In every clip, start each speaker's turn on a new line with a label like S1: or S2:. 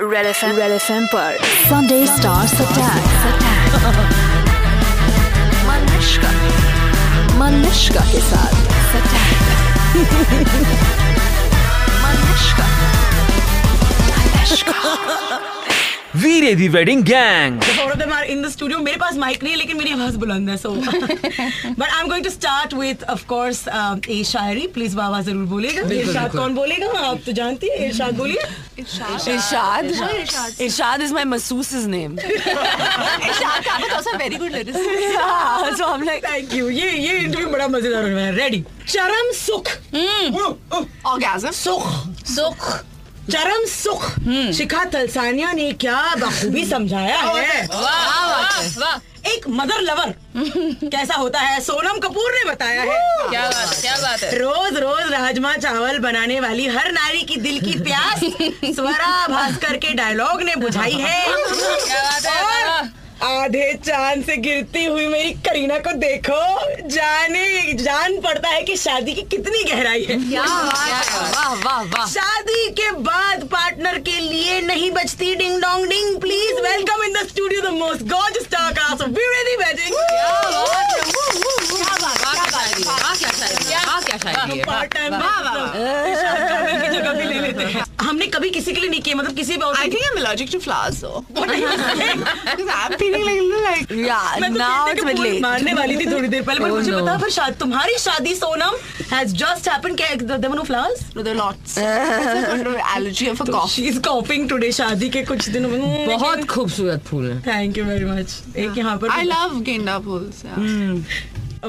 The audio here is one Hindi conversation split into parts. S1: Red F red F M पर संडे स्टार्स अटैक मनुष्का मनुष्का के साथ अटैक मनुष्का
S2: Veere Di wedding gang
S3: four of them are in the studio. मेरे पास माइक नहीं है लेकिन मेरी आवाज बुलंद है so but I am going to start with of course a शायरी प्लीज बाबा जरूर बोलेगा इरशाद कौन बोलेगा आप तो जानती है इरशाद बोलिए
S4: Irshad. Irshad is my masseus's name. Irshad Thabit also a very good lyricist. Yeah, so I'm like
S3: thank you ये ये इंटरव्यू बड़ा मजेदार होने वाला है रेडी चरम सुख
S4: Hmm.
S3: Oh,
S4: orgasm.
S3: सुख सुख चरम सुख
S4: Hmm.
S3: शिखा तलसानिया ने क्या बखूबी समझाया है एक मदर लवर कैसा होता है सोनम कपूर ने बताया है
S5: क्या बात है क्या बात है
S3: रोज रोज राजमा चावल बनाने वाली हर नारी की दिल की प्यास स्वरा भास्कर के डायलॉग ने बुझाई है
S5: बात है,
S3: और आधे चांद से गिरती हुई मेरी करीना को देखो जाने जान पड़ता है कि शादी की कितनी गहराई है
S4: Yeah, wow, wow, wow.
S3: शादी के बाद पार्टनर के लिए नहीं बचती ding dong ding please welcome in the studio the most gorgeous star cast of beauty
S5: वाह क्या शायरी है, वाह क्या शायरी है, वाह क्या शायरी है।
S3: पार्ट टाइम मतलब जगह भी ले लेते हैं हमने कभी किसी के लिए नहीं किया मतलब किसी भी और
S6: I think I'm allergic to flowers though. Because I'm feeling like a little like
S4: Yeah,
S3: मैं तो
S4: now
S3: कहने
S4: it's
S3: के
S4: bit
S3: बोल
S4: late.
S3: मारने वाली थी थोड़ी देर पहले पर
S5: Oh,
S3: मुझे
S5: no.
S3: बता पर शायद तुम्हारी शादी सोनम हैज जस्ट हैपेंड क्या the one flowers
S6: no, there are lots. I'm going to have allergy of a cough.
S3: She is coughing today शादी के कुछ दिनों में Mm,
S5: बहुत खूबसूरत फूल है
S3: थैंक यू वेरी मच एक यहाँ पर
S6: I love genda pools. Yeah.
S3: Hmm.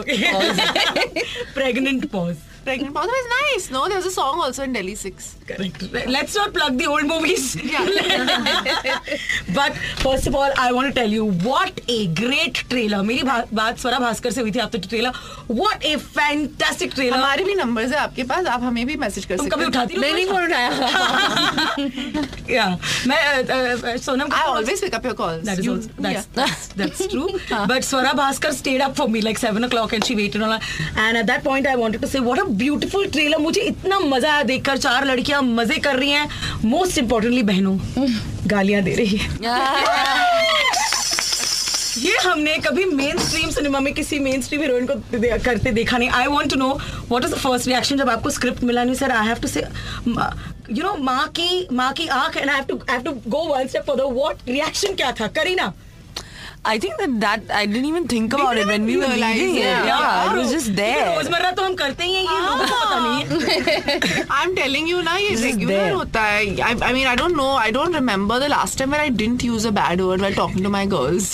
S3: Pregnant pause
S6: Pregnant pools was nice. No, there was a song also in Delhi Six.
S3: correct. Let's not plug the old movies. but first of all, I want to tell you what a great trailer. मेरी बा- बात स्वरा भास्कर से हुई थी आपका trailer What a fantastic trailer.
S6: हमारे भी numbers है आपके पास आप हमें भी मैसेज कर
S3: तुम
S6: सकते
S3: कभी
S6: हो
S3: उठाती नहीं फोन उठाया yeah. मैं uh, uh, Sonam
S6: I
S3: Kapoor-
S6: always pick up your calls.
S3: That is
S6: You-
S3: also, that's,
S6: yeah.
S3: that's that's true. but Swara Bhaskar stayed up for me like seven o'clock and she waited on her. And at that point, I wanted to say, what a beautiful trailer. मुझे इतना मजा आया देखकर चार लड़कियां मजे कर रही हैं. Most importantly, बहनों गालियां दे रही है ये हमने कभी मेन स्ट्रीम सिनेमा में किसी मेन स्ट्रीम हीरोइन को दे- करते देखा नहीं I want to know what is the first reaction जब आपको स्क्रिप्ट मिला नहीं sir I have to say you know uh, माँ की माँ की आंख and I have to I have to go one step for the what reaction क्या था Kareena
S4: I think that that I didn't even think about it when we were
S6: realize
S4: leaving it.
S6: it.
S4: Yeah, it was just
S3: क्योंकि
S4: there.
S3: रोजमर्रा तो हम करते ही हैं ये लोगों को पता नहीं है
S6: I'm telling you ना ये रेगुलर
S4: there.
S6: होता है I, I mean I don't know I don't remember the last time when I didn't use a bad word while talking to my girls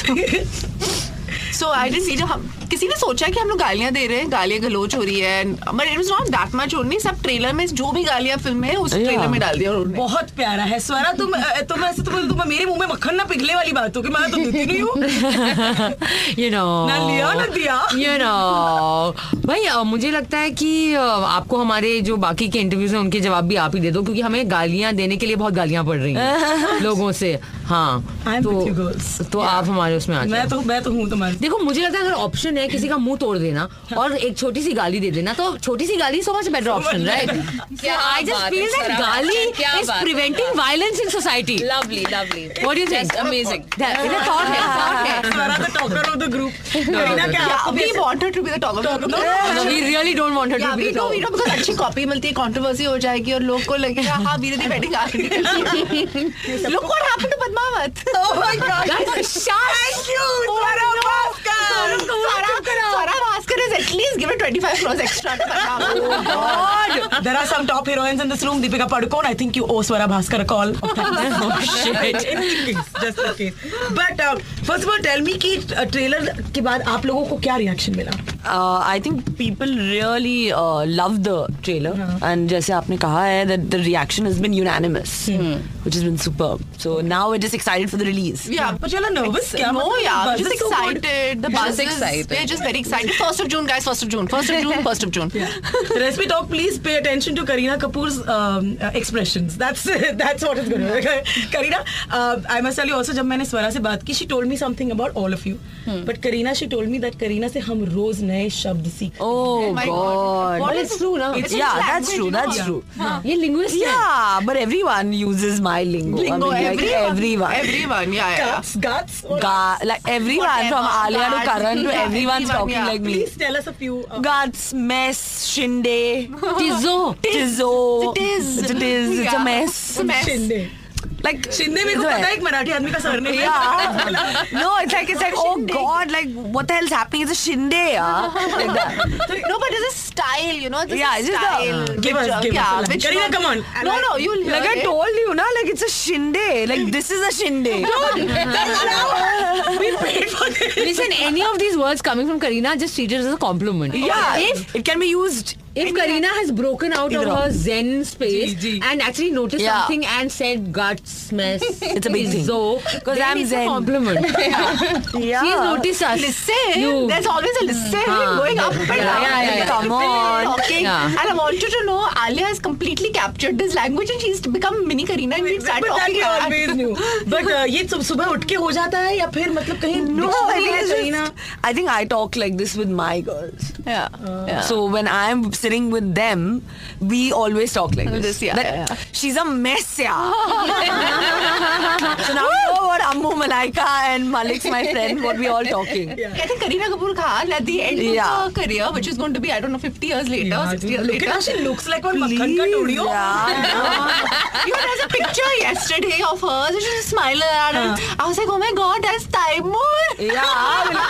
S6: so I didn't see हम किसी ने सोचा कि हम लोग गालियां दे रहे हैं गालियां गलोच हो रही है but it was not that much only सब ट्रेलर में जो भी गालियां फिल्म में है, उस
S4: Yeah.
S6: ट्रेलर में डाल दिया
S4: हाँ।
S6: उन्होंने
S3: बहुत प्यारा है स्वरा तुम अ, तुम ऐसे तुम तुम मेरे मुंह में मक्खन ना पिघले वाली बात हो कि मैं तो देती नहीं हूँ
S5: यू नो
S3: ना लिया ना दिया।
S5: यू नो भाई अ, मुझे लगता है कि अ, आपको हमारे जो बाकी के इंटरव्यूज हैं उनके जवाब भी आप ही दे दो क्योंकि हमें गालियां देने के लिए बहुत गालियां पड़ रही हैं लोगों से हाँ
S3: I'm with you
S5: तो
S3: girls.
S5: तो आप हमारे उसमें आ जाओ
S3: मैं तो मैं तो हूँ तुम्हारी
S5: देखो मुझे लगता है अगर ऑप्शन है किसी का मुंह तोड़ देना और एक छोटी सी गाली दे देना तो छोटी सी गाली so much better option right I just
S4: बात
S5: फील
S4: है,
S5: दैट
S4: सराहना।
S5: गाली
S4: क्या
S5: इज
S4: बात है।
S5: Preventing violence in society
S4: Lovely, lovely.
S5: What do you think
S4: amazing.
S5: Thought है thought है
S3: स्वरा तो the talker of the group Kareena क्या आपको भी
S6: we
S3: ऐसे-
S6: want her to be the top of the
S5: No, we really don't want her to
S6: Yeah,
S5: be
S6: we know, we know, because अच्छी कॉपी मिलती है कंट्रोवर्सी हो जाएगी और लोग को लगेगा हाँ वीर दी बैठेगा लोग को happen to Padmaavat
S3: Oh my God.
S6: Thank you,
S3: Oh,
S6: Swara
S3: no.
S6: Bhaskar.
S3: Swara,
S6: Swara, Swara Bhaskar is at least given 25 crores extra to Padmavat.
S3: There are some top heroines in this room. Deepika Padukone, I think you owe Swara Bhaskar a call. oh, shit. Just in case. But uh, first of all, tell me कि ट्रेलर के बाद आप लोगों को क्या रिएक्शन मिला
S4: uh, I think people really uh, love the trailer, and जैसे आपने कहा है that the reaction has been unanimous, which has been superb. So now we're just excited for the release.
S6: Hmm. Yeah.
S3: But you're nervous क्या
S6: No,
S3: मतलब
S6: yeah, I'm
S3: buzz
S6: just
S3: is so good.
S6: excited. The buzz is, we're just very excited. First of June, guys, first of June, first of June, first of June.
S3: Resmi talk. Please pay attention to Karina Kapoor's um, uh, expressions. That's that's what it's going to be.
S4: Hmm.
S3: Karina, uh, I must tell you
S4: Hmm.
S3: also जब मैंने स्वरा से बात की, she told me something about all of you. But Karina, she told me that Karina से हम रोज नए शब्द सीख
S4: Oh God.
S6: My God. What
S4: But
S6: is-
S4: it's true, no?
S6: it's
S4: yeah,
S6: just
S4: that's
S6: language,
S4: true.
S6: you know?
S4: That's
S6: Yeah.
S4: true.
S5: ये linguist है।
S4: Yeah, but everyone uses my lingo.
S6: Lingo,
S4: I mean,
S6: everyone.
S4: like everyone.
S6: Everyone, yeah, yeah.
S3: guts guts or-
S4: Ga- like everyone from
S6: Whatever,
S4: Alia to
S6: guts,
S4: Karan to
S6: yeah,
S4: everyone's
S6: everyone,
S4: talking
S6: yeah.
S4: like me.
S3: please tell us a few uh,
S4: Guts, mess, shinde,
S5: Tizzo.
S4: tizzo.
S6: It is.
S4: It's It is. It's a
S6: Yeah.
S4: mess.
S6: It's a mess.
S3: Shinde
S4: Like
S3: Shinde मेरे को
S4: it's a
S3: पता है
S4: mess.
S3: एक मराठी आदमी का सरनेम है।
S4: Yeah. no, it's like it's like oh god, like what the hell's happening? It's a shinde, yeah. Like that.
S6: No, but it's a style, you know. It's
S4: Yeah,
S6: a
S4: it's just a-
S6: style.
S3: Give
S6: which,
S3: us,
S6: uh,
S3: give us
S6: yeah,
S3: a line.
S6: which
S3: Kareena,
S6: one-
S3: come on.
S6: No,
S3: Like-
S6: no, you'll hear
S4: Like I
S6: it.
S4: told you, na, like it's a shinde. Like this is a shinde.
S3: We paid for this.
S5: Listen, any of these words coming from Karina just treat it as a compliment.
S4: Yeah,
S5: If
S4: it can be used.
S5: if Karina has broken out of
S4: Either
S5: her zen space
S3: जी, जी.
S5: and actually noticed
S4: Yeah.
S5: something and said guts mess, it's
S4: a big thing.
S5: Because
S4: I'm zen.
S5: compliment.
S4: Yeah.
S5: She's noticed us.
S6: Listen,
S5: You.
S6: there's always a listen
S5: Huh.
S6: going up and
S5: Yeah,
S6: down.
S5: yeah, yeah, yeah.
S4: Come on.
S6: Talking.
S5: Yeah.
S6: And I want you to know, Alia has completely captured this language and she's become mini Karina and we start
S3: But that
S6: talking
S3: we
S6: about
S3: always knew. But uh, ये सब सुबह उठ के हो जाता है या फिर मतलब कहीं
S4: No, I
S3: dictionary
S4: think,
S3: में
S4: it's
S3: कहीं ना
S4: just, I think I talk like this with my girls.
S6: Yeah. yeah.
S4: So when I'm sitting with them, we always talk like this.
S6: This, yeah,
S4: That
S6: yeah, yeah.
S4: She's a mess, yeah. so now you know what Ammu Malaika and Malik's my friend, what we all talking.
S6: I think Karina Kapoor Khan at the end
S4: Yeah.
S6: of her career, which is going to be, I don't know, 50 years later,
S3: Yeah,
S6: 60
S3: dude,
S6: years
S3: look at
S6: later.
S3: how she looks like one makhan ka oh. todio.
S4: yeah.
S6: You know, there's a picture yesterday of her. So she was smiling at her. I was like, oh my god, that's Taimur.
S4: Yeah,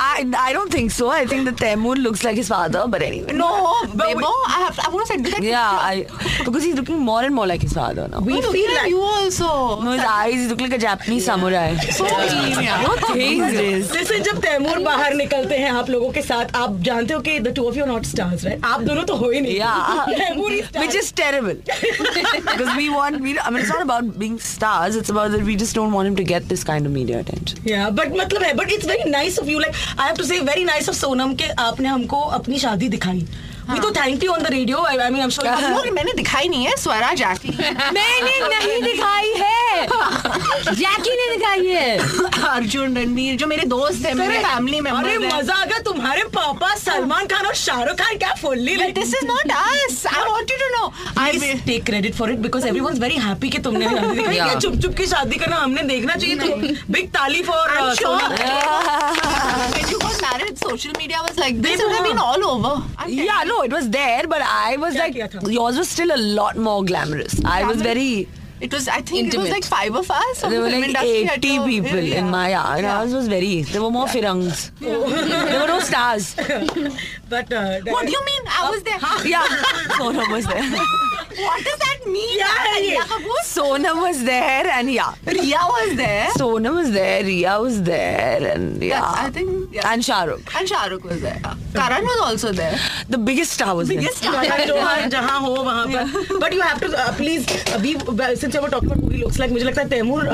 S4: I, I don't think so. I think the Temur looks like his father, but anyway.
S6: No, Bebo, I have. I want to send you that.
S4: Yeah, I, because he's looking more and more like his father now.
S6: We
S3: feel
S6: feel
S3: like-
S6: like you also.
S4: No, his eyes look like a Japanese samurai.
S6: So mean, yeah.
S4: No things, Riz.
S3: Listen, जब तैमूर बाहर निकलते हैं आप लोगों के साथ आप जानते हो कि the two of you are not stars, right? आप दोनों तो हो ही नहीं
S4: Yeah.
S3: Taimur he star
S4: Which is terrible. because we want, we, I mean, it's not about being stars, it's about that we just don't want him to get this kind of media attention.
S3: Yeah, but मतलब है but it's very nice of you like I have to say very nice of Sonam के आपने हमको अपनी शादी दिखाई
S4: हाँ।
S3: We तो thanked you on the radio. I, I mean, I'm sure.
S6: हम लोग मैंने दिखाई नहीं है स्वरा जैकी
S5: मैंने नहीं दिखाई है जैकी ने दिखाई है
S6: अर्जुन रणवीर जो मेरे दोस्त हैं मेरे फैमिली
S3: अरे
S6: मेंबर्स हैं
S3: मजा आ गया तुम्हारे पापा सलमान खान और शाहरुख खान क्या fully
S6: But this is not us. I want you to know. I
S3: Please take credit for it because everyone's very happy कि तुमने शादी दिखाई
S5: Yeah.
S3: ये चुप चुप की शादी करना हमने देखना चाहिए तो बिग ताली for
S6: I'm sure
S3: Sonam
S6: when you got married, social media was like this.
S3: देखो,
S6: It would have been all over. I'm telling
S4: Yeah, no, it was there, but I was
S3: क्या
S4: like,
S3: किया था?
S4: yours was still a lot more glamorous. I was very,
S6: you. It was. I think it was
S5: Intimate.
S6: like five of us. from
S4: there were
S6: the film
S4: like
S6: industry
S4: 80
S6: had to-
S4: people
S6: Yeah.
S4: in my yard.
S6: Yeah.
S4: Ours was very, there were more firangs.
S3: Oh.
S4: there were no stars.
S3: but uh,
S6: What do you mean? I was there.
S4: Yeah, Sonam was there.
S6: What does that mean?
S3: Yeah,
S6: Riya
S3: yeah.
S6: Kapoor.
S4: Sonam was there, and yeah.
S6: Riya was there.
S4: Sonam was there, Ria was there, and yeah.
S6: Yeah, I think- yeah.
S4: And Shahrukh.
S6: And Shah Rukh was there. Karan was also there.
S4: The biggest star was there.
S6: Biggest star.
S3: जहाँ हो वहाँ पर but you have to please अभी since I talk about he looks like मुझे लगता है um, Taimur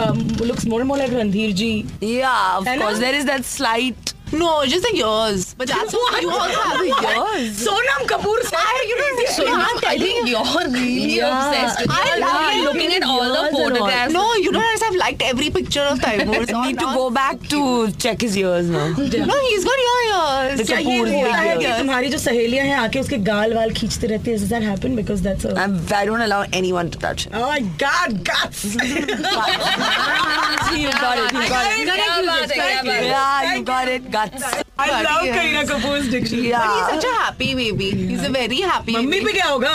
S3: looks more and more like Randhir ji
S4: Yeah, of
S3: Hello?
S4: course. There is that slight.
S6: No, just the years. But that's what you also have the years.
S3: Sonam Kapoor
S6: I, you don't
S5: So
S6: you
S5: now
S6: can't
S5: I
S6: tell
S5: think
S6: me.
S5: you're really obsessed with
S6: I
S5: her.
S6: love
S5: You're
S6: it.
S5: looking at all the
S4: Yours and all.
S5: photographs.
S6: No, you don't understand. I've liked every picture of Taimur.
S4: I need to go back to check his ears now.
S6: No, he's got your years.
S4: The Kapoor
S6: he
S4: video.
S6: has
S4: Yeah,
S6: years.
S3: तुम्हारी जो सहेलियां हैं आके उसके गाल वाल खींचते रहती है that happen because that's a
S4: I'm, I don't allow anyone to touch him.
S3: Oh my God, guts!
S4: See, you got it. You got it.
S5: Correct usage, correct usage.
S4: Yeah, you got it. Guts.
S3: I love
S6: Yes.
S3: Kareena Kapoor's diction.
S6: But he's
S4: Yeah.
S6: such a happy baby. He's a very happy
S3: mummy
S6: baby.
S3: पे क्या होगा?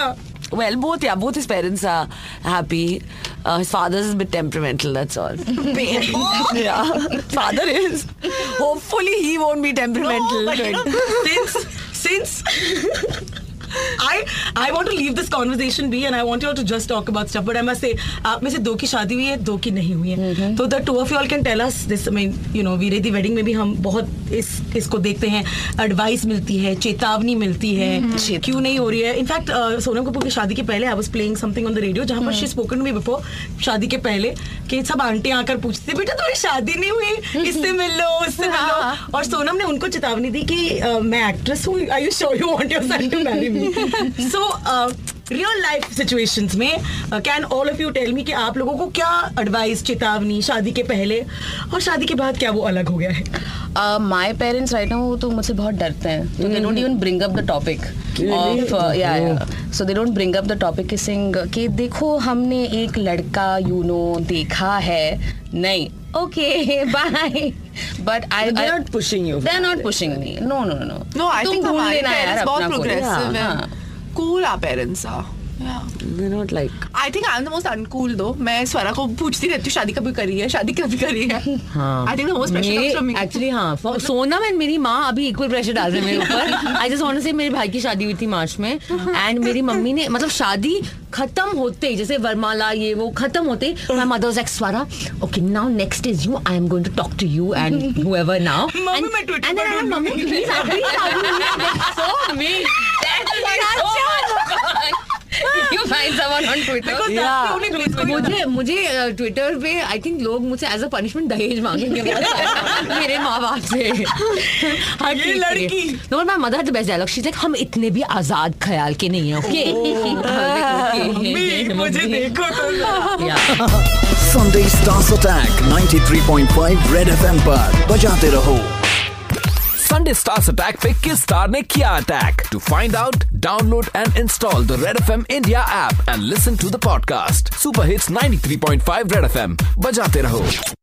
S4: Well, both. Yeah, both his parents are happy. Uh, his father's is a bit temperamental. That's all. yeah, father is. Hopefully, he won't be temperamental.
S6: but you know,
S3: Since, since. I I want to leave this conversation be and I want you all to just talk about stuff. But I must say, आप में से दो की शादी हुई है, दो की नहीं हुई है. तो the two of you all can tell us this. I mean, you know, Veere the wedding में भी हम बहुत इस इसको देखते हैं. Advice मिलती है, चेतावनी मिलती है. क्यों नहीं हो रही है? In fact, uh, Sonam Kapoor की शादी के पहले I was playing something on the radio जहाँ पर शी स्पोकन मी बिफोर शादी के पहले कि सब आंटियां आकर पूछती थी बेटा तुम्हारी शादी नहीं हुई इससे मिल लो उससे मिल लो और सोनम ने उनको चेतावनी दी कि "Uh, मैं एक्ट्रेस हूँ I you sure you want your son to marry me so real life situations में can all of you tell me कि आप लोगों को क्या एडवाइस चेतावनी शादी के पहले और शादी के बाद क्या वो अलग हो गया है
S7: माई पेरेंट्स राइट नाउ वो तो मुझसे बहुत डरते हैं तो they don't even bring up the topic of या so they don't bring up the topic कि सिंग कि देखो हमने एक लड़का
S8: Uh,
S7: यू नो देखा है नहीं okay bye but I
S8: They're not pushing you.
S7: They are not pushing me no no no
S6: no I think हमारे पेरेंट्स बहुत प्रोग्रेसिव
S7: हाँ
S6: है cool our parents are
S8: They're not like.
S6: I think I am the most uncool though मैं स्वरा को पूछती रहती हूँ शादी कभी करी है शादी कभी करी है
S4: हाँ।
S6: I think the most pressure from me
S4: मेरे एक्चुअली हाँ फो- सोनम एंड मेरी माँ अभी इक्वल प्रेशर डाल रहे हैं मेरे ऊपर आई जस्ट वांट से मेरे भाई की शादी हुई थी मार्च में एंड मेरी मम्मी ने मतलब शादी खत्म होते ही जैसे वरमाला ये वो खत्म होते ही my mother was like Swara okay now next is you I am going to talk to you and whoever now
S3: mummy, मैं Twitter पर ढूंढ
S4: मम्मी प्लीज आप please show me oh
S7: you find someone on Twitter
S3: Because that's the only place where
S4: तो
S3: you-
S4: मुझे मुझे ट्विटर पे आई थिंक लोग मुझसे एज अ पनिशमेंट दहेज मांगेंगे मेरे माँ बाप से हर चीज़
S3: ये
S4: के लिए।
S3: लड़की।
S4: No, my mother had the best dialogue. She's like, हम इतने भी आजाद ख्याल के नहीं हैं, okay? I'm like, okay.
S3: Mummy मुझे देखो तो
S4: Yeah.
S9: Sunday Stars Attack 93.5 Red FM पर बजाते रहो
S2: संडे स्टार्स अटैक पे किस स्टार ने किया attack to find out download and install the red F M India app and listen to the podcast super hits 93.5 red F M बजाते रहो